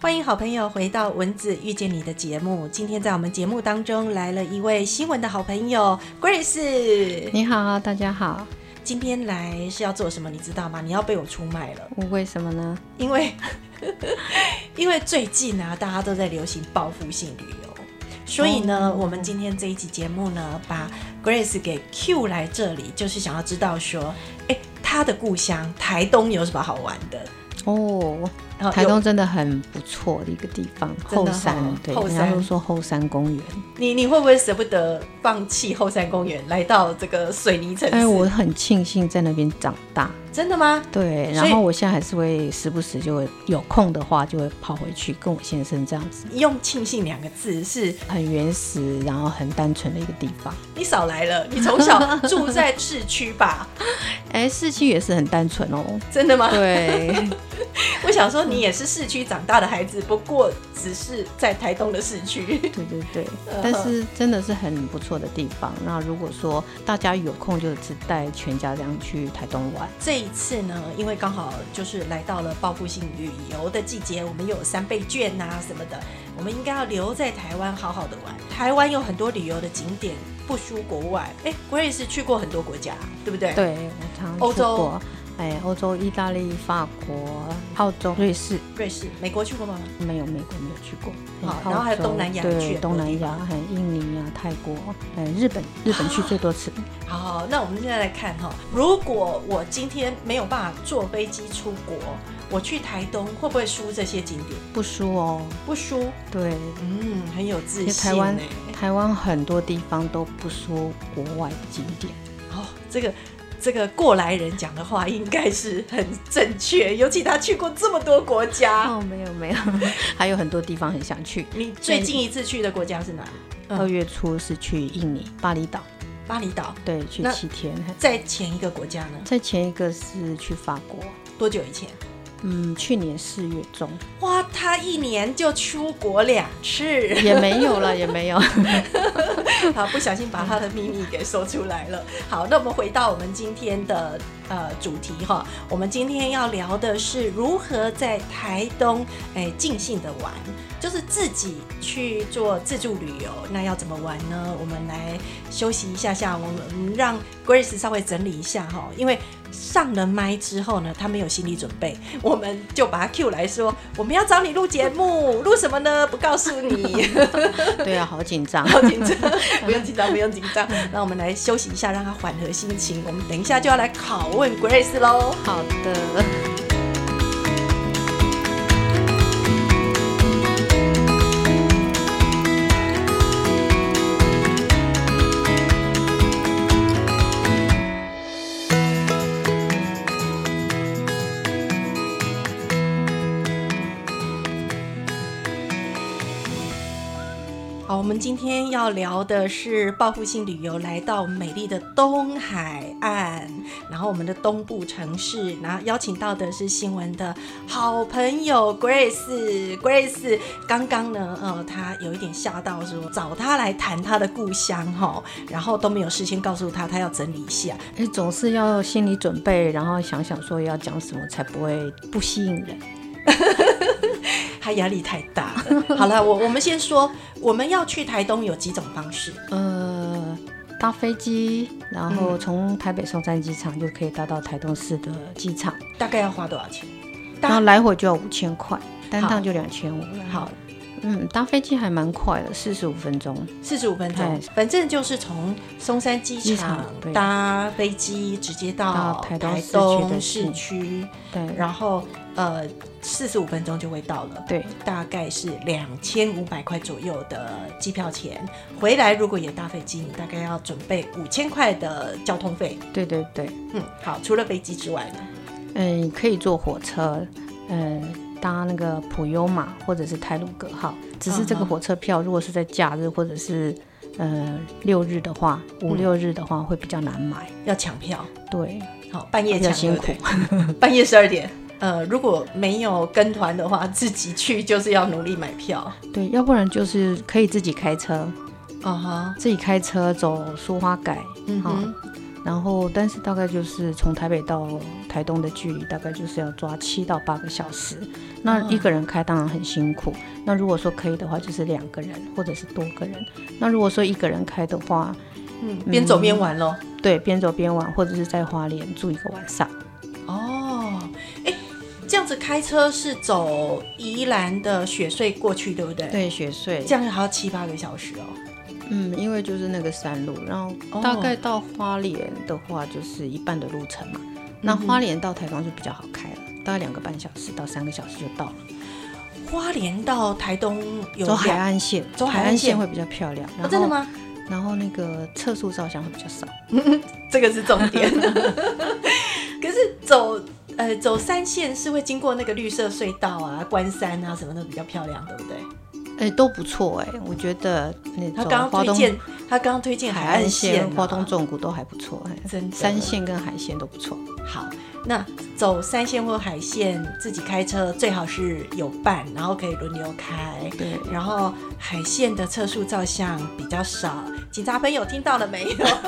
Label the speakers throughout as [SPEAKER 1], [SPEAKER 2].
[SPEAKER 1] 欢迎好朋友回到《文字遇见你》的节目。今天在我们节目当中来了一位新闻的好朋友 Grace。
[SPEAKER 2] 你好，大家好。
[SPEAKER 1] 今天来是要做什么？你知道吗？你要被我出卖了，
[SPEAKER 2] 我为什么呢？
[SPEAKER 1] 因为 因为最近啊，大家都在流行报复性旅游，所以呢，
[SPEAKER 2] 哦
[SPEAKER 1] 我们今天这一集节目呢，把 Grace 给 Q 来这里，就是想要知道说，哎，她的故乡台东有什么好玩的？
[SPEAKER 2] 哦，
[SPEAKER 1] 然后有
[SPEAKER 2] 台东真的很不错的一个地方，
[SPEAKER 1] 真
[SPEAKER 2] 后
[SPEAKER 1] 的哦
[SPEAKER 2] 山，对，
[SPEAKER 1] 后
[SPEAKER 2] 人家
[SPEAKER 1] 山
[SPEAKER 2] 都说后山公园。
[SPEAKER 1] 你你会不会舍不得放弃后山公园，来到这个水泥城市？
[SPEAKER 2] 哎，我很庆幸在那边长大，
[SPEAKER 1] 真的吗？
[SPEAKER 2] 对。
[SPEAKER 1] 所以
[SPEAKER 2] 然后我现在还是会时不时就会有空的话，就会跑回去跟我先生这样子，
[SPEAKER 1] 用“庆幸”两个字，是
[SPEAKER 2] 很原始，然后很单纯的一个地方。
[SPEAKER 1] 你少来了。你从 小住在市区吧？
[SPEAKER 2] 哎，市区也是很单纯哦。
[SPEAKER 1] 真的吗？
[SPEAKER 2] 对，
[SPEAKER 1] 我想说，你也是市区长大的孩子，不过只是在台东的市区。
[SPEAKER 2] 对对对
[SPEAKER 1] 嗯，
[SPEAKER 2] 但是真的是很不错的地方。那如果说大家有空，就是带全家这样去台东玩。
[SPEAKER 1] 这一次呢，因为刚好就是来到了报复性旅游的季节，我们又有三倍券呐、什么的，我们应该要留在台湾好好的玩。台湾有很多旅游的景点，不输国外。哎，Grace 去过很多国家，对不对？
[SPEAKER 2] 对，我常
[SPEAKER 1] 欧
[SPEAKER 2] 出
[SPEAKER 1] 洲
[SPEAKER 2] 国，哎，欧洲、意大利、法国、澳洲、瑞士，
[SPEAKER 1] 瑞士、美国去过吗？
[SPEAKER 2] 没有美国没有去过。哎
[SPEAKER 1] 好然后还有
[SPEAKER 2] 澳洲
[SPEAKER 1] 东南亚你去
[SPEAKER 2] 对，
[SPEAKER 1] 了
[SPEAKER 2] 东
[SPEAKER 1] 多地
[SPEAKER 2] 南亚，还有印尼啊、泰国，哎，日本，日本去最多次。
[SPEAKER 1] 啊好，那我们现在来看哈、如果我今天没有办法坐飞机出国，我去台东会不会输这些景点？
[SPEAKER 2] 不输哦。
[SPEAKER 1] 不输，
[SPEAKER 2] 对，
[SPEAKER 1] 嗯，很有自
[SPEAKER 2] 其
[SPEAKER 1] 信、
[SPEAKER 2] 实台湾
[SPEAKER 1] 欸。
[SPEAKER 2] 台湾很多地方都不输国外的景点。
[SPEAKER 1] 哦，这个这个过来人讲的话应该是很正确，尤其他去过这么多国家。
[SPEAKER 2] 哦，没有没有，还有很多地方很想去。
[SPEAKER 1] 你最近一次去的国家是哪里？嗯
[SPEAKER 2] 二月初是去印尼巴厘岛，
[SPEAKER 1] 巴厘岛。
[SPEAKER 2] 对，去
[SPEAKER 1] 那
[SPEAKER 2] 七天。
[SPEAKER 1] 在前一个国家呢？
[SPEAKER 2] 在前一个是去法国，
[SPEAKER 1] 多久以前？
[SPEAKER 2] 嗯，去年四月 中
[SPEAKER 1] 哇，他一年就出国两次。
[SPEAKER 2] 也没有了，也没有。
[SPEAKER 1] 好，不小心把他的秘密给说出来了。好，那我们回到我们今天的呃主题哈，我们今天要聊的是如何在台东哎尽兴的玩，就是自己去做自助旅游，那要怎么玩呢？我们来休息一下下，我们让 Grace 稍微整理一下哈，因为。上了麦之后呢，他没有心理准备，我们就把他 Q 来说，我们要找你录节目，录什么呢？不告诉你。
[SPEAKER 2] 对啊，好紧张。
[SPEAKER 1] 好紧张，不用紧张，不用紧张。那我们来休息一下，让他缓和心情。我们等一下就要来拷问 Grace 喽。
[SPEAKER 2] 好的，
[SPEAKER 1] 好，我们今天要聊的是报复性旅游，来到美丽的东海岸，然后我们的东部城市，然后邀请到的是新闻的好朋友 Grace。Grace 刚刚呢，呃，她有一点吓到说找她来谈她的故乡哈，然后都没有事先告诉她，她要整理一下。
[SPEAKER 2] 哎，总是要有心理准备，然后想想说要讲什么才不会不吸引人。
[SPEAKER 1] 他压力太大 了。好了，我我们先说，我们要去台东有几种方式？
[SPEAKER 2] 呃，搭飞机，然
[SPEAKER 1] 嗯
[SPEAKER 2] 后从台北松山机场就可以搭到台东市的机场，
[SPEAKER 1] 大概要花多少钱？搭
[SPEAKER 2] 然后来回就要五千块，单
[SPEAKER 1] 好
[SPEAKER 2] 趟就两千五。
[SPEAKER 1] 好，
[SPEAKER 2] 嗯，搭飞机还蛮快的，四十五分钟。
[SPEAKER 1] 四十五分钟
[SPEAKER 2] 哎，
[SPEAKER 1] 反正就是从松山机
[SPEAKER 2] 机
[SPEAKER 1] 场
[SPEAKER 2] 场对
[SPEAKER 1] 搭飞机直接到
[SPEAKER 2] 到台东市区的
[SPEAKER 1] 东
[SPEAKER 2] 市
[SPEAKER 1] 市区，
[SPEAKER 2] 对，
[SPEAKER 1] 然后呃四十五分钟就会到了。
[SPEAKER 2] 对，
[SPEAKER 1] 大概是两千五百块左右的机票钱，回来如果也搭飞机，你大概要准备五千块的交通费。
[SPEAKER 2] 对对对，
[SPEAKER 1] 嗯，好，除了飞机之外呢？
[SPEAKER 2] 嗯，可以坐火车，嗯，搭那个普悠玛或者是泰鲁格号。只是
[SPEAKER 1] 嗯
[SPEAKER 2] 这个
[SPEAKER 1] 哼
[SPEAKER 2] 火车票，如果是在假日或者是呃六日的话，五
[SPEAKER 1] 嗯
[SPEAKER 2] 六日的话会比较难买。
[SPEAKER 1] 要抢票，
[SPEAKER 2] 对，
[SPEAKER 1] 好，半夜
[SPEAKER 2] 比较
[SPEAKER 1] 抢
[SPEAKER 2] 辛
[SPEAKER 1] 对不
[SPEAKER 2] 苦
[SPEAKER 1] 对。半夜十二点。呃，如果没有跟团的话，自己去就是要努力买票。
[SPEAKER 2] 对，要不然就是可以自己开车，
[SPEAKER 1] 啊哈，
[SPEAKER 2] 自己开车走苏花改，
[SPEAKER 1] 嗯
[SPEAKER 2] 好
[SPEAKER 1] 哼，
[SPEAKER 2] 然后但是大概就是从台北到台东的距离，大概就是要抓七到八个小时。那
[SPEAKER 1] 嗯
[SPEAKER 2] 一个人开当然很辛苦，那如果说可以的话，就是两个人或者是多个人。那如果说一个人开的话，
[SPEAKER 1] 嗯，边走边玩喽。
[SPEAKER 2] 对，边走边玩，或者是在花莲住一个晚上。
[SPEAKER 1] 哦，哎，这样子开车是走宜兰的雪隧过去，对不对？，
[SPEAKER 2] 对，雪隧
[SPEAKER 1] 这样还要七八个小时哦。
[SPEAKER 2] 嗯，因为就是那个山路，然后大概到花莲的话，就是一半的路程嘛。
[SPEAKER 1] 嗯
[SPEAKER 2] 那花莲到台东就比较好开了，大概两个半小时到三个小时就到了。
[SPEAKER 1] 花莲到台东有
[SPEAKER 2] 走海
[SPEAKER 1] 两，
[SPEAKER 2] 岸线，
[SPEAKER 1] 走海
[SPEAKER 2] 海
[SPEAKER 1] 岸
[SPEAKER 2] 岸
[SPEAKER 1] 线
[SPEAKER 2] 线会比较漂亮。然
[SPEAKER 1] 哦
[SPEAKER 2] 后
[SPEAKER 1] 真的？吗？
[SPEAKER 2] 然后那个测速照相会比较少。
[SPEAKER 1] 这个是重 点。可是走呃走山线是会经过那个绿色隧道啊、关山啊什么的，比较漂亮，对不对？
[SPEAKER 2] 哎，都不错哎，我觉得那
[SPEAKER 1] 他
[SPEAKER 2] 种
[SPEAKER 1] 刚刚
[SPEAKER 2] 花
[SPEAKER 1] 推
[SPEAKER 2] 东
[SPEAKER 1] 荐，他刚刚推荐海
[SPEAKER 2] 海
[SPEAKER 1] 岸
[SPEAKER 2] 岸
[SPEAKER 1] 线
[SPEAKER 2] 线、
[SPEAKER 1] 啊、
[SPEAKER 2] 花东纵谷都还不错，哎
[SPEAKER 1] 真的
[SPEAKER 2] 山线跟海线都不错。
[SPEAKER 1] 好，那走山线或海线，自己开车最好是有伴，然后可以轮流开。
[SPEAKER 2] 对，
[SPEAKER 1] 然后海线的测速照相比较少，警察朋友听到了没有？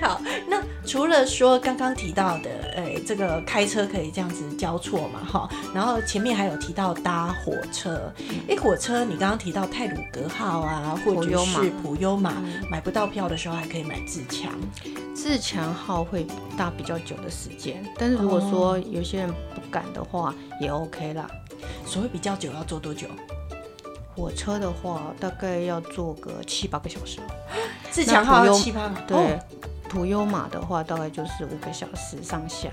[SPEAKER 1] 好，那除了说刚刚提到的，诶、这个开车可以这样子交错嘛，哈，然后前面还有提到搭火车，诶、火车你刚刚提到泰鲁格号啊，或
[SPEAKER 2] 嗯普
[SPEAKER 1] 者
[SPEAKER 2] 悠嗯玛
[SPEAKER 1] 是普悠玛，买不到票的时候还可以买自强，
[SPEAKER 2] 自强号会搭比较久的时间，但是如果说有些人不敢的话，也 OK 啦。
[SPEAKER 1] 所谓比较久要坐多久？
[SPEAKER 2] 火车的话，大概要坐个七八个小时。
[SPEAKER 1] 自强号
[SPEAKER 2] 那普
[SPEAKER 1] 要
[SPEAKER 2] 悠
[SPEAKER 1] 七八哦个，
[SPEAKER 2] 对，普悠玛的话，大概就是五个小时上下。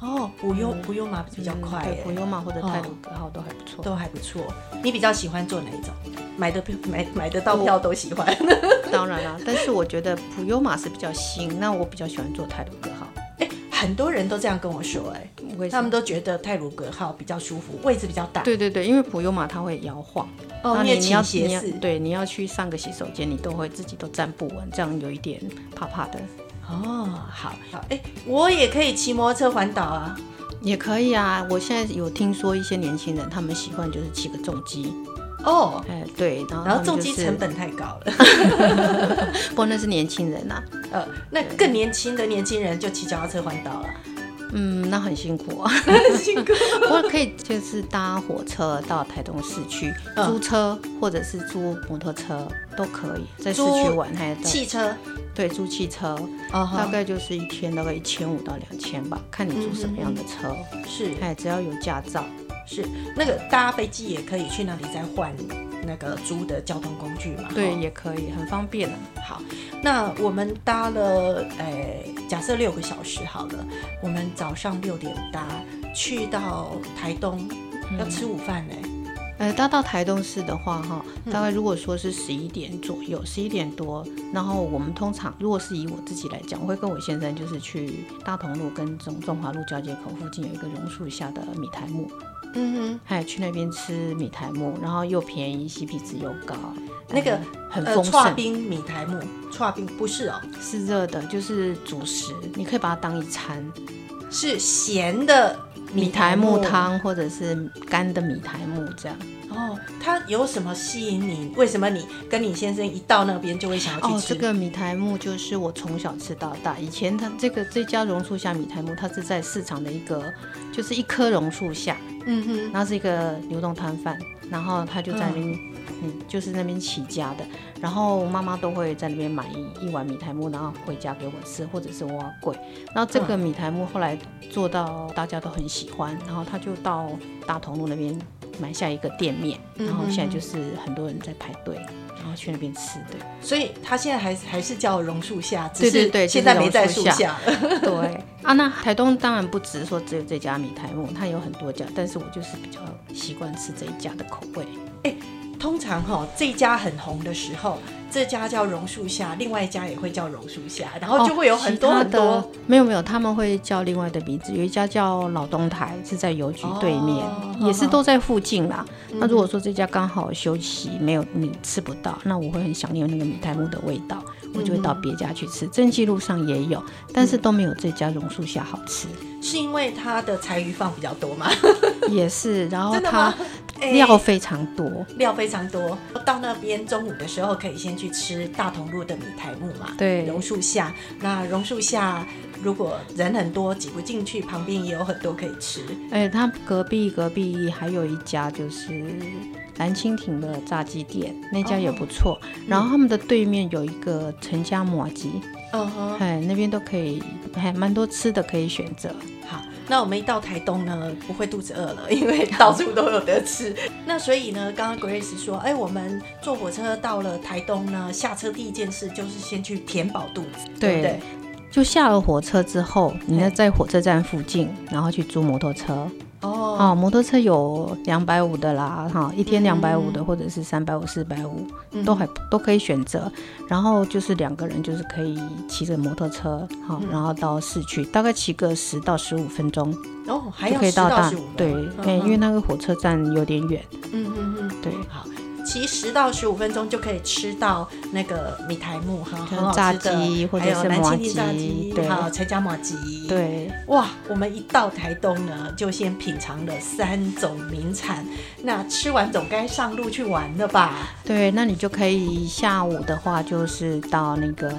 [SPEAKER 1] 哦，普悠普悠玛比较
[SPEAKER 2] 嗯
[SPEAKER 1] 快、
[SPEAKER 2] 对，
[SPEAKER 1] 诶
[SPEAKER 2] 普悠玛或者泰鲁格号都还不错。
[SPEAKER 1] 都还不错。你比较喜欢做哪一种？买的票买买得到票都喜欢。
[SPEAKER 2] 当然啦，但是我觉得普悠玛是比较新，那我比较喜欢坐泰鲁格号。
[SPEAKER 1] 哎、很多人都这样跟我说、哎，
[SPEAKER 2] 为什
[SPEAKER 1] 他们
[SPEAKER 2] 么？
[SPEAKER 1] 都觉得泰鲁格号比较舒服，位置比较大。
[SPEAKER 2] 对对对，因为普悠玛它会摇晃，
[SPEAKER 1] 哦，
[SPEAKER 2] 那
[SPEAKER 1] 你也
[SPEAKER 2] 你你
[SPEAKER 1] 倾
[SPEAKER 2] 要
[SPEAKER 1] 斜
[SPEAKER 2] 你要
[SPEAKER 1] 视。
[SPEAKER 2] 对你要去上个洗手间，你都会自己都站不稳，这样有一点怕怕的。
[SPEAKER 1] 哦，好好，哎、我也可以骑摩托车环岛啊。
[SPEAKER 2] 也可以啊，我现在有听说一些年轻人，他们习惯就是骑个重机，
[SPEAKER 1] 哦，
[SPEAKER 2] 哎，对，然
[SPEAKER 1] 然
[SPEAKER 2] 后他
[SPEAKER 1] 后
[SPEAKER 2] 们
[SPEAKER 1] 重
[SPEAKER 2] 就
[SPEAKER 1] 机
[SPEAKER 2] 是
[SPEAKER 1] 成，本太高 了。
[SPEAKER 2] 不过那是年轻人啊，
[SPEAKER 1] 呃，那更年轻的年轻人就骑脚踏车环岛了，
[SPEAKER 2] 嗯，那很辛苦啊。
[SPEAKER 1] 辛苦。
[SPEAKER 2] 不过可以就是搭火车到台东市区，
[SPEAKER 1] 嗯
[SPEAKER 2] 租车或者是租摩托车都可以，在市
[SPEAKER 1] 租
[SPEAKER 2] 区玩还到
[SPEAKER 1] 汽车，
[SPEAKER 2] 对租汽车，
[SPEAKER 1] 哦
[SPEAKER 2] 大
[SPEAKER 1] 哈，
[SPEAKER 2] 概就是一天大概一千五到两千吧，看你租什么样的车，
[SPEAKER 1] 是
[SPEAKER 2] 哎，只要有驾照。
[SPEAKER 1] 是，那个搭飞机也可以去那里再换那个租的交通工具嘛。
[SPEAKER 2] 对，
[SPEAKER 1] 哈
[SPEAKER 2] 也可以，很方便的。啊
[SPEAKER 1] 好，那我们搭了，诶、假设六个小时好了，我们早上六点搭去到台东，要吃午饭嘞、
[SPEAKER 2] 呃，搭到台东市的话，哈，大概如果说是十一点左右，十一点多，然后我们通常如果是以我自己来讲，我会跟我先生就是去大同路跟中中华路交界口附近有一个榕树下的米苔木，
[SPEAKER 1] 嗯
[SPEAKER 2] 还有去那边吃米苔木，然后又便宜，CP 值又高，
[SPEAKER 1] 那个
[SPEAKER 2] 很
[SPEAKER 1] 呃，
[SPEAKER 2] 丰
[SPEAKER 1] 串
[SPEAKER 2] 盛，
[SPEAKER 1] 冰米苔木，串冰不是哦，
[SPEAKER 2] 是热的，就是主食，你可以把它当一餐，
[SPEAKER 1] 是咸的
[SPEAKER 2] 米苔
[SPEAKER 1] 苔
[SPEAKER 2] 木。汤或者是干的米苔木这样。
[SPEAKER 1] 哦，它有什么吸引你？为什么你跟你先生一到那边就会想要去
[SPEAKER 2] 哦，
[SPEAKER 1] 吃？
[SPEAKER 2] 这个米苔木就是我从小吃到大。以前它这个这家榕树下米苔木，它是在市场的一个，就是一棵榕树下，
[SPEAKER 1] 嗯哼，
[SPEAKER 2] 然后是一个牛肉摊贩，然后他就在那边，嗯就是那边起家的。然后妈妈都会在那边买一一碗米苔木，然后回家给我吃，或者是挖贵。然后这个米苔木后来做到大家都很喜欢，然后他就到大同路那边买下一个店面，然后现在就是很多人在排队，然后去那边吃，对。
[SPEAKER 1] 所以它现在还还是叫榕树下，只
[SPEAKER 2] 对对
[SPEAKER 1] 是
[SPEAKER 2] 对
[SPEAKER 1] 现
[SPEAKER 2] 就是
[SPEAKER 1] 在没
[SPEAKER 2] 榕
[SPEAKER 1] 在
[SPEAKER 2] 树
[SPEAKER 1] 树
[SPEAKER 2] 下
[SPEAKER 1] 下了。
[SPEAKER 2] 对啊，那台东当然不止说只有这家米苔木，它有很多家，但是我就是比较习惯吃这一家的口味。
[SPEAKER 1] 通常哈、这家很红的时候，这家叫榕树下，另外一家也会叫榕树下，然哦后就会有很多
[SPEAKER 2] 哦其他
[SPEAKER 1] 很多。
[SPEAKER 2] 的没有没有，他们会叫另外的名字，有一家叫老东台，是在邮局对面，
[SPEAKER 1] 哦嗯
[SPEAKER 2] 也是都在附近啦。那如果说这家刚好休息，没有你吃不到，那我会很想念那个米苔木的味道，我就会到别家去吃。正记路上也
[SPEAKER 1] 嗯
[SPEAKER 2] 有，但是都没有这家榕树下好吃。
[SPEAKER 1] 是因为它的柴鱼放比较多吗？
[SPEAKER 2] 也是，然后
[SPEAKER 1] 真的
[SPEAKER 2] 它
[SPEAKER 1] 吗，
[SPEAKER 2] 哎、
[SPEAKER 1] 哎
[SPEAKER 2] 料非常多。
[SPEAKER 1] 料非常多。到那边中午的时候，可以先去吃大同路的米苔木嘛，
[SPEAKER 2] 对
[SPEAKER 1] 榕树下。那榕树下如果人很多挤不进去，旁边也有很多可以吃。
[SPEAKER 2] 哎，他隔壁隔壁还有一家就是蓝蜻蜓的炸鸡店，那家也不错。
[SPEAKER 1] 哦
[SPEAKER 2] 然后他们的对面有一个陈家麻鸡，
[SPEAKER 1] 嗯哼，
[SPEAKER 2] 哎，那边都可以，还蛮多吃的可以选择。
[SPEAKER 1] 好，那我们一到台东呢，不会肚子饿 了，因为到处都有得吃。那所以呢，刚刚 Grace 说，哎，我们坐火车到了台东呢，下车第一件事就是先去填饱肚子，对不对？
[SPEAKER 2] 就下了火车之后，你要
[SPEAKER 1] 哎
[SPEAKER 2] 在火车站附近，然后去租摩托车。
[SPEAKER 1] 哦，
[SPEAKER 2] 哦，摩托车有两百五的啦，哈，一天两百五
[SPEAKER 1] 嗯
[SPEAKER 2] 的，或者是三百五、四百五，
[SPEAKER 1] 嗯
[SPEAKER 2] 都还都可以选择。然后就是两个人，就是可以骑着摩托车，哈，
[SPEAKER 1] 嗯
[SPEAKER 2] 然后到市区，大概骑个十到十五分钟
[SPEAKER 1] 哦，还
[SPEAKER 2] 就
[SPEAKER 1] 要
[SPEAKER 2] 可以
[SPEAKER 1] 吃到
[SPEAKER 2] 大
[SPEAKER 1] 十五分，
[SPEAKER 2] 对，
[SPEAKER 1] 嗯
[SPEAKER 2] 哎，因为
[SPEAKER 1] 嗯
[SPEAKER 2] 那个火车站有点远，
[SPEAKER 1] 嗯嗯嗯，
[SPEAKER 2] 对，
[SPEAKER 1] 好。骑十到十五分钟就可以吃到那个米苔木哈，
[SPEAKER 2] 就是
[SPEAKER 1] 很好
[SPEAKER 2] 炸
[SPEAKER 1] 吃的
[SPEAKER 2] 鸡或者
[SPEAKER 1] 还有
[SPEAKER 2] 是
[SPEAKER 1] 蓝
[SPEAKER 2] 麻
[SPEAKER 1] 蜻蜓炸
[SPEAKER 2] 鸡
[SPEAKER 1] 鸡，
[SPEAKER 2] 对
[SPEAKER 1] 还有陈家麻鸡，
[SPEAKER 2] 对，
[SPEAKER 1] 哇，我们一到台东呢，就先品尝了三种名产。那吃完总该上路去玩了吧？
[SPEAKER 2] 对，那你就可以下午的话，就是到那个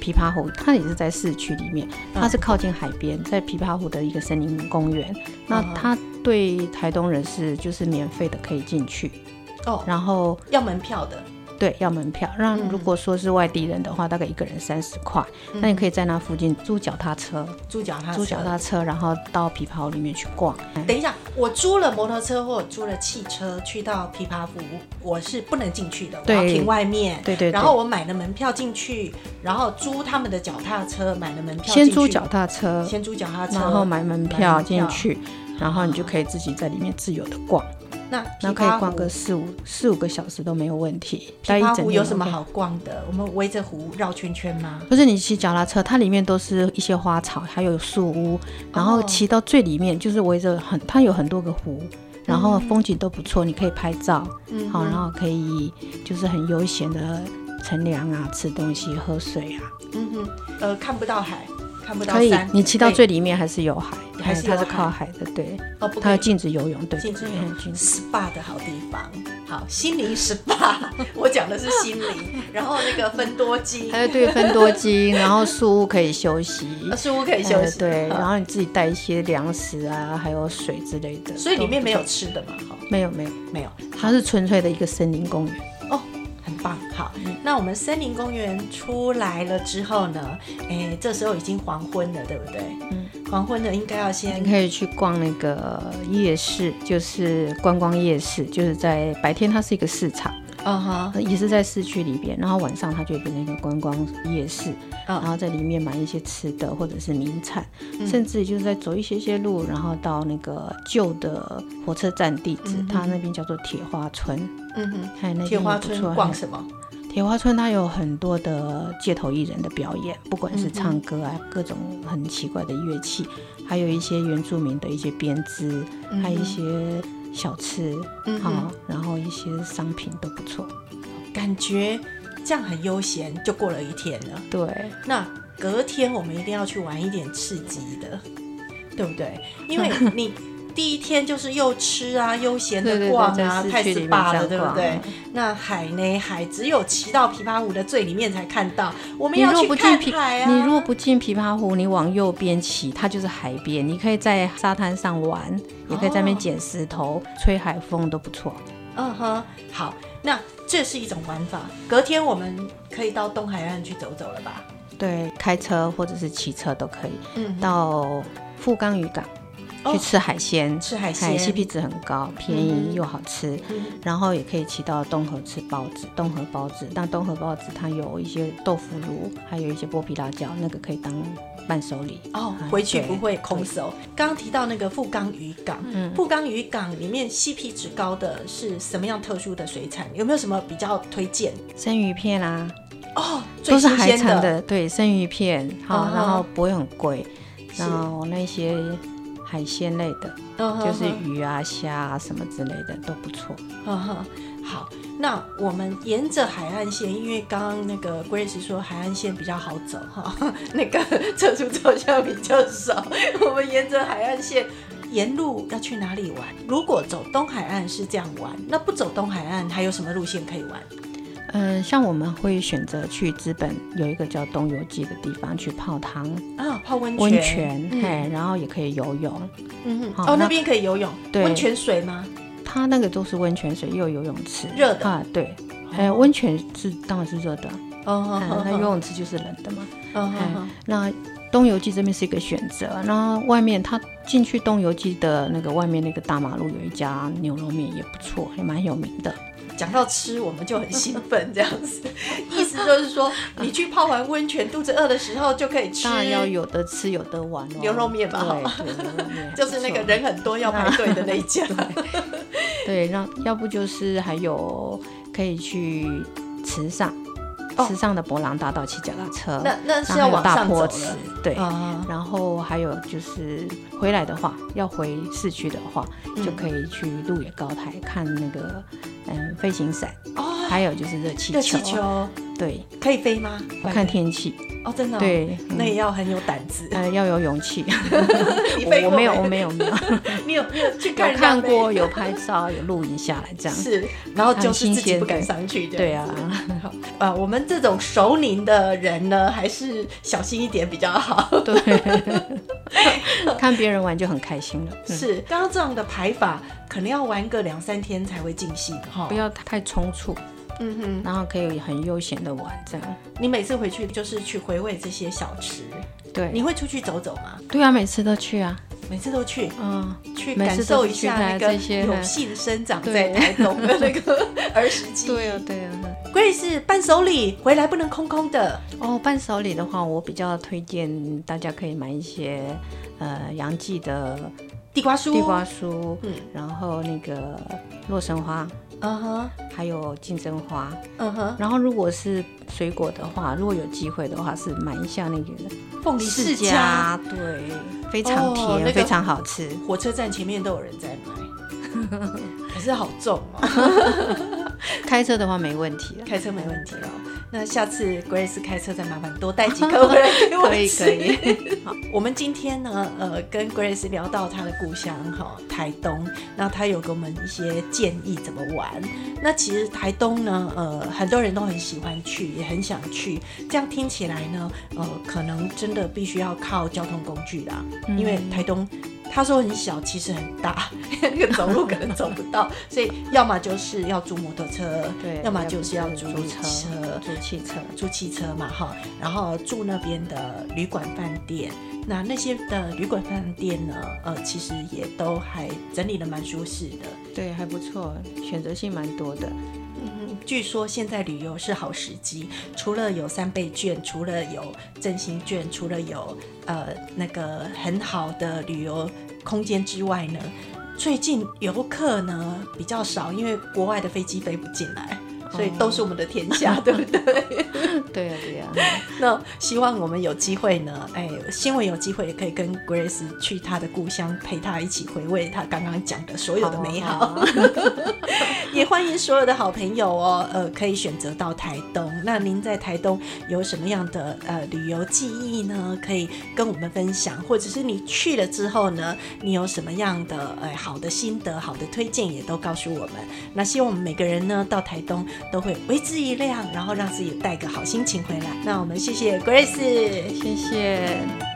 [SPEAKER 2] 琵琶湖，它也是在市区里面，它是靠近海边，在琵琶湖的一个森林公园。那
[SPEAKER 1] 嗯嗯
[SPEAKER 2] 它对台东人是就是免费的，可以进去。
[SPEAKER 1] 哦，
[SPEAKER 2] 然后
[SPEAKER 1] 要门票的。
[SPEAKER 2] 对，要门票。那
[SPEAKER 1] 嗯
[SPEAKER 2] 如果说是外地人的话，大概一个人三十块。那你可
[SPEAKER 1] 以
[SPEAKER 2] 以在那附近租脚踏车，
[SPEAKER 1] 租脚踏车。
[SPEAKER 2] 租脚踏车，然后到琵琶湖里面去逛。
[SPEAKER 1] 等一下，我租了摩托车或者租了汽车去到琵琶湖，我是不能进去的，我要
[SPEAKER 2] 对
[SPEAKER 1] 停外面。
[SPEAKER 2] 对对对。
[SPEAKER 1] 然后我买了门票进去，然后租他们的脚踏车，买了门票
[SPEAKER 2] 先
[SPEAKER 1] 进
[SPEAKER 2] 租
[SPEAKER 1] 去
[SPEAKER 2] 脚，踏车，
[SPEAKER 1] 先租脚踏车，
[SPEAKER 2] 然后买门
[SPEAKER 1] 买
[SPEAKER 2] 票
[SPEAKER 1] 门
[SPEAKER 2] 进
[SPEAKER 1] 票
[SPEAKER 2] 去，然后你就可以自己在里面自由的逛。
[SPEAKER 1] 那
[SPEAKER 2] 那
[SPEAKER 1] 琵
[SPEAKER 2] 可以
[SPEAKER 1] 琶
[SPEAKER 2] 逛个
[SPEAKER 1] 湖
[SPEAKER 2] 四五四五个小时都没有问题。
[SPEAKER 1] 琵
[SPEAKER 2] 待一整
[SPEAKER 1] 琶湖
[SPEAKER 2] 天
[SPEAKER 1] 有
[SPEAKER 2] 都
[SPEAKER 1] 什么
[SPEAKER 2] 可以？
[SPEAKER 1] 好逛的？我们围着湖绕圈圈吗？
[SPEAKER 2] 不是你骑脚踏车，它里面都是一些花草，还有树屋，然后
[SPEAKER 1] 哦
[SPEAKER 2] 骑到最里面就是围着很，它有很多个湖，然后风景都不错，你可以拍照，
[SPEAKER 1] 嗯
[SPEAKER 2] 好，
[SPEAKER 1] 哼
[SPEAKER 2] 然后可以就是很悠闲的乘凉啊，吃东西、喝水啊，
[SPEAKER 1] 嗯哼，呃，看不到海，看不到
[SPEAKER 2] 可以
[SPEAKER 1] 山。。
[SPEAKER 2] 你骑到
[SPEAKER 1] 对
[SPEAKER 2] 最里面还是有海，
[SPEAKER 1] 还
[SPEAKER 2] 嗯
[SPEAKER 1] 是
[SPEAKER 2] 它
[SPEAKER 1] 有
[SPEAKER 2] 是
[SPEAKER 1] 海
[SPEAKER 2] 靠海的，对，
[SPEAKER 1] 哦，不
[SPEAKER 2] 它嗯
[SPEAKER 1] 可
[SPEAKER 2] 有
[SPEAKER 1] 以
[SPEAKER 2] 禁止游泳，对，
[SPEAKER 1] 禁止游
[SPEAKER 2] 对
[SPEAKER 1] 泳
[SPEAKER 2] 禁止
[SPEAKER 1] SPA 的好地方。好，心灵 SPA，我 讲的是心 灵，然后那个分多金，
[SPEAKER 2] 还有对分多金，然后树屋可以休息，
[SPEAKER 1] 呃树屋可以休
[SPEAKER 2] 呃
[SPEAKER 1] 息，嗯
[SPEAKER 2] 对，
[SPEAKER 1] 好
[SPEAKER 2] 然后你自己带一些粮食啊，还有水之类的。
[SPEAKER 1] 所以里面没有
[SPEAKER 2] 都
[SPEAKER 1] 吃的嘛，哈，
[SPEAKER 2] 不错没有没有，
[SPEAKER 1] 没有，
[SPEAKER 2] 它是纯粹的一个森林公园。
[SPEAKER 1] 哦，很棒。好，
[SPEAKER 2] 嗯
[SPEAKER 1] 那我们森林公园出来了之后呢，哎，这时候已经黄昏了，对不对？嗯，黄昏了应该要先
[SPEAKER 2] 你可以去逛那个夜市，就是观光夜市，就是在白天它是一个市场，
[SPEAKER 1] 嗯哼，
[SPEAKER 2] 呃也是在市区里边，然后晚上它就会变成一个观光夜市，
[SPEAKER 1] 哦
[SPEAKER 2] 然后在里面买一些吃的或者是名产，
[SPEAKER 1] 嗯
[SPEAKER 2] 甚至就是在走一些些路，然后到那个旧的火车站地址，它那边叫做铁花村，
[SPEAKER 1] 嗯哼，
[SPEAKER 2] 还有那
[SPEAKER 1] 嗯
[SPEAKER 2] 边也
[SPEAKER 1] 铁花
[SPEAKER 2] 不
[SPEAKER 1] 村
[SPEAKER 2] 错
[SPEAKER 1] 逛
[SPEAKER 2] 嘿
[SPEAKER 1] 什么？
[SPEAKER 2] 铁花村它有很多的街头艺人的表演，不管
[SPEAKER 1] 嗯
[SPEAKER 2] 是唱歌啊，各种很奇怪的乐器，还有一些原住民的一些编织，还有一些小吃，
[SPEAKER 1] 嗯
[SPEAKER 2] 好、
[SPEAKER 1] 哼
[SPEAKER 2] 然后一些商品都不错。
[SPEAKER 1] 感觉这样很悠闲，就过了一天了。
[SPEAKER 2] 对，
[SPEAKER 1] 那隔天我们一定要去玩一点刺激的，对不 对？因为你第一天就是又吃啊，悠闲
[SPEAKER 2] 对
[SPEAKER 1] 的
[SPEAKER 2] 对
[SPEAKER 1] 逛
[SPEAKER 2] 对，
[SPEAKER 1] 啊，
[SPEAKER 2] 在市
[SPEAKER 1] 太
[SPEAKER 2] 区
[SPEAKER 1] SPA
[SPEAKER 2] 里面这
[SPEAKER 1] 了，
[SPEAKER 2] 样
[SPEAKER 1] 对不
[SPEAKER 2] 逛
[SPEAKER 1] 对
[SPEAKER 2] 啊。？
[SPEAKER 1] 那海呢？海只有骑到琵琶湖的最里面才看到。我们
[SPEAKER 2] 你
[SPEAKER 1] 要
[SPEAKER 2] 如果
[SPEAKER 1] 去
[SPEAKER 2] 不进
[SPEAKER 1] 看
[SPEAKER 2] 琵，
[SPEAKER 1] 海啊！
[SPEAKER 2] 你如果不进琵琶湖，你往右边骑，它就是海边。你可以在沙滩上玩，也可以在那边
[SPEAKER 1] 哦
[SPEAKER 2] 捡石头、吹海风，都不错。
[SPEAKER 1] 嗯哼，好，那这是一种玩法。隔天我们可以到东海岸去走走了吧？
[SPEAKER 2] 对，开车或者是骑车都可以。
[SPEAKER 1] 嗯
[SPEAKER 2] 到富冈渔港
[SPEAKER 1] 哦
[SPEAKER 2] 去吃海鲜，
[SPEAKER 1] 吃海
[SPEAKER 2] 海
[SPEAKER 1] 鲜，
[SPEAKER 2] CP 值很高，便宜又好吃。
[SPEAKER 1] 嗯
[SPEAKER 2] 然后也可以骑到东河吃包子，东河包子，但东河包子它有一些豆腐乳，还有一些剥皮辣椒，那个可以当伴手礼。
[SPEAKER 1] 哦
[SPEAKER 2] 啊，
[SPEAKER 1] 回去
[SPEAKER 2] 对
[SPEAKER 1] 不会空手。刚刚提到那个富冈渔港，
[SPEAKER 2] 嗯
[SPEAKER 1] 富冈渔港里面 CP 值高的是什么样特殊的水产？有没有什么比较推荐？
[SPEAKER 2] 生鱼片啊，
[SPEAKER 1] 哦，最
[SPEAKER 2] 都是
[SPEAKER 1] 新
[SPEAKER 2] 海
[SPEAKER 1] 鲜
[SPEAKER 2] 产，的，对，生鱼片，好、
[SPEAKER 1] 嗯哼
[SPEAKER 2] 然后不会很贵，
[SPEAKER 1] 是
[SPEAKER 2] 然后那些海鲜类的，
[SPEAKER 1] 嗯哼
[SPEAKER 2] 就是鱼啊、虾啊什么之类的都不错。
[SPEAKER 1] 嗯哼，好，那我们沿着海岸线，因为刚刚那个 Grace 说海岸线比较好 走哈，那个车速照相比较少，我们沿着海岸线沿路要去哪里玩？如果走东海岸是这样玩，那不走东海岸还有什么路线可以玩？
[SPEAKER 2] 嗯、像我们会选择去资本有一个叫东游记的地方去泡汤、
[SPEAKER 1] 啊，泡温泉，
[SPEAKER 2] 温泉，
[SPEAKER 1] 嗯
[SPEAKER 2] 嘿，然后也可以游泳。
[SPEAKER 1] 嗯哼，
[SPEAKER 2] 好
[SPEAKER 1] 哦，那
[SPEAKER 2] 那
[SPEAKER 1] 边可以游泳，
[SPEAKER 2] 对
[SPEAKER 1] 温泉水吗？
[SPEAKER 2] 它那个都是温泉水，又有游泳池，
[SPEAKER 1] 热的
[SPEAKER 2] 啊，对。呃，温泉是当然是热的，
[SPEAKER 1] 哦
[SPEAKER 2] 嗯那游泳池就是冷的嘛。
[SPEAKER 1] 哦
[SPEAKER 2] 哎那东游记这边是一个选择，然后外面它进去东游记的那个外面那个大马路有一家牛肉面也不错，也蛮有名的。
[SPEAKER 1] 讲到吃，我们就很兴奋，这样子， 意思就是说，你去泡完温泉，肚子饿的时候就可以吃
[SPEAKER 2] 当，然要有的吃有的玩哦，
[SPEAKER 1] 牛肉面吧
[SPEAKER 2] 对对，牛肉面
[SPEAKER 1] 就是那个人很多要排队的那一 家。
[SPEAKER 2] 对，让要不就是还有可以去池上，
[SPEAKER 1] 哦
[SPEAKER 2] 池上的博朗大道骑脚踏车，
[SPEAKER 1] 那那是
[SPEAKER 2] 然
[SPEAKER 1] 要
[SPEAKER 2] 后还有
[SPEAKER 1] 往
[SPEAKER 2] 大
[SPEAKER 1] 上走
[SPEAKER 2] 坡池
[SPEAKER 1] 了，
[SPEAKER 2] 对。
[SPEAKER 1] 啊，
[SPEAKER 2] 然后还有就是回来的话，要回市区的话，
[SPEAKER 1] 嗯
[SPEAKER 2] 就可以去鹿野高台看那个嗯飞行伞，
[SPEAKER 1] 哦，
[SPEAKER 2] 还有就是热气
[SPEAKER 1] 热
[SPEAKER 2] 球，
[SPEAKER 1] 气球
[SPEAKER 2] 对，
[SPEAKER 1] 可以飞吗？
[SPEAKER 2] 看天气，
[SPEAKER 1] 哦，真的、哦，，
[SPEAKER 2] 对，嗯
[SPEAKER 1] 那也要很有胆子。
[SPEAKER 2] 呃要有勇气。
[SPEAKER 1] 你飞过
[SPEAKER 2] 我我没有我
[SPEAKER 1] 没
[SPEAKER 2] 没有 没有，
[SPEAKER 1] 有，你有你有去看
[SPEAKER 2] 有
[SPEAKER 1] 人家
[SPEAKER 2] 看
[SPEAKER 1] 飞
[SPEAKER 2] 过有拍照有录影下来这样，
[SPEAKER 1] 是，然后
[SPEAKER 2] 很
[SPEAKER 1] 就是
[SPEAKER 2] 新
[SPEAKER 1] 自己
[SPEAKER 2] 鲜
[SPEAKER 1] 不敢
[SPEAKER 2] 对
[SPEAKER 1] 上去这
[SPEAKER 2] 对
[SPEAKER 1] 样
[SPEAKER 2] 啊
[SPEAKER 1] 子，好啊，我们这种熟龄的人呢，还是小心一点比较好。
[SPEAKER 2] 对，看别人玩就很开心了，嗯
[SPEAKER 1] 是，刚刚这样的排法，可能要玩个两三天才会尽兴哈。
[SPEAKER 2] 不，要太冲促，
[SPEAKER 1] 嗯哼，
[SPEAKER 2] 然后可以很悠闲的玩这样。
[SPEAKER 1] 你每次回去就是去回味这些小吃。
[SPEAKER 2] 对，
[SPEAKER 1] 你会出去走走吗？
[SPEAKER 2] 对啊，每次都去啊，
[SPEAKER 1] 每次都去，
[SPEAKER 2] 嗯，
[SPEAKER 1] 去
[SPEAKER 2] 每
[SPEAKER 1] 感
[SPEAKER 2] 次都
[SPEAKER 1] 受
[SPEAKER 2] 是
[SPEAKER 1] 一
[SPEAKER 2] 去
[SPEAKER 1] 下
[SPEAKER 2] 看
[SPEAKER 1] 那个
[SPEAKER 2] 这些
[SPEAKER 1] 有
[SPEAKER 2] 嗯
[SPEAKER 1] 幸生长
[SPEAKER 2] 对
[SPEAKER 1] 在台东的那个儿时 记忆。
[SPEAKER 2] 对啊，对啊。
[SPEAKER 1] Grace 伴手礼回来不能空空的
[SPEAKER 2] 哦，伴手礼的话，我比较推荐大家可以买一些呃杨记的
[SPEAKER 1] 地瓜酥，
[SPEAKER 2] 地瓜酥，
[SPEAKER 1] 嗯
[SPEAKER 2] 然后那个洛神花，
[SPEAKER 1] 嗯哼，
[SPEAKER 2] 还有金针花。
[SPEAKER 1] 嗯哼，
[SPEAKER 2] 然后如果是水果的话，如果有机会的话，是买一下那个
[SPEAKER 1] 凤梨世家。
[SPEAKER 2] 家，对，非
[SPEAKER 1] 哦
[SPEAKER 2] 常甜，
[SPEAKER 1] 那个
[SPEAKER 2] 非常好吃。
[SPEAKER 1] 火车站前面都有人在买， 可是好重哦。
[SPEAKER 2] 开车的话没问题了，啊
[SPEAKER 1] 开车没问题哦。那下次 Grace 开车再麻烦多带几 颗回来给我
[SPEAKER 2] 可以
[SPEAKER 1] 吃
[SPEAKER 2] 可。以。
[SPEAKER 1] 我们今天呢，呃，跟 Grace 聊到她的故乡哈、台东，那她有给我们一些建议怎么玩。那其实台东呢，呃，很多人都很喜欢去，也很想去。这样听起来呢，呃，可能真的必须要靠交通工具啦，因为台东。他说很小，其实很大， 那个走路可能 走不到，所以要么就是要租摩托车，
[SPEAKER 2] 对，
[SPEAKER 1] 要么就是要租
[SPEAKER 2] 租
[SPEAKER 1] 车
[SPEAKER 2] 租汽车。
[SPEAKER 1] 租汽车嘛哈，然后住那边的旅馆饭店。那那些的旅馆饭店呢，呃，其实也都还整理的蛮舒适的。
[SPEAKER 2] 对，还不错，选择性蛮多的。
[SPEAKER 1] 嗯，据说现在旅游是好时机，除了有三倍券，除了有振兴券，除了有呃那个很好的旅游空间之外呢，最近游客呢比较少，因为国外的飞机飞不进来，所以都是我们的天下，对不对？
[SPEAKER 2] 对呀、对啊呀、
[SPEAKER 1] 那希望我们有机会呢，哎，新闻有机会也可以跟 Grace 去她的故乡，陪她一起回味她刚刚讲的所有的美好。
[SPEAKER 2] 啊啊
[SPEAKER 1] 也欢迎所有的好朋友哦，呃，可以选择到台东。那您在台东有什么样的呃旅游记忆呢？可以跟我们分享，或者是你去了之后呢，你有什么样的呃好的心得、好的推荐，也都告诉我们。那希望我们每个人呢到台东都会为之一亮，然后让自己带个好心情回来。那我们谢谢 Grace。
[SPEAKER 2] 谢谢。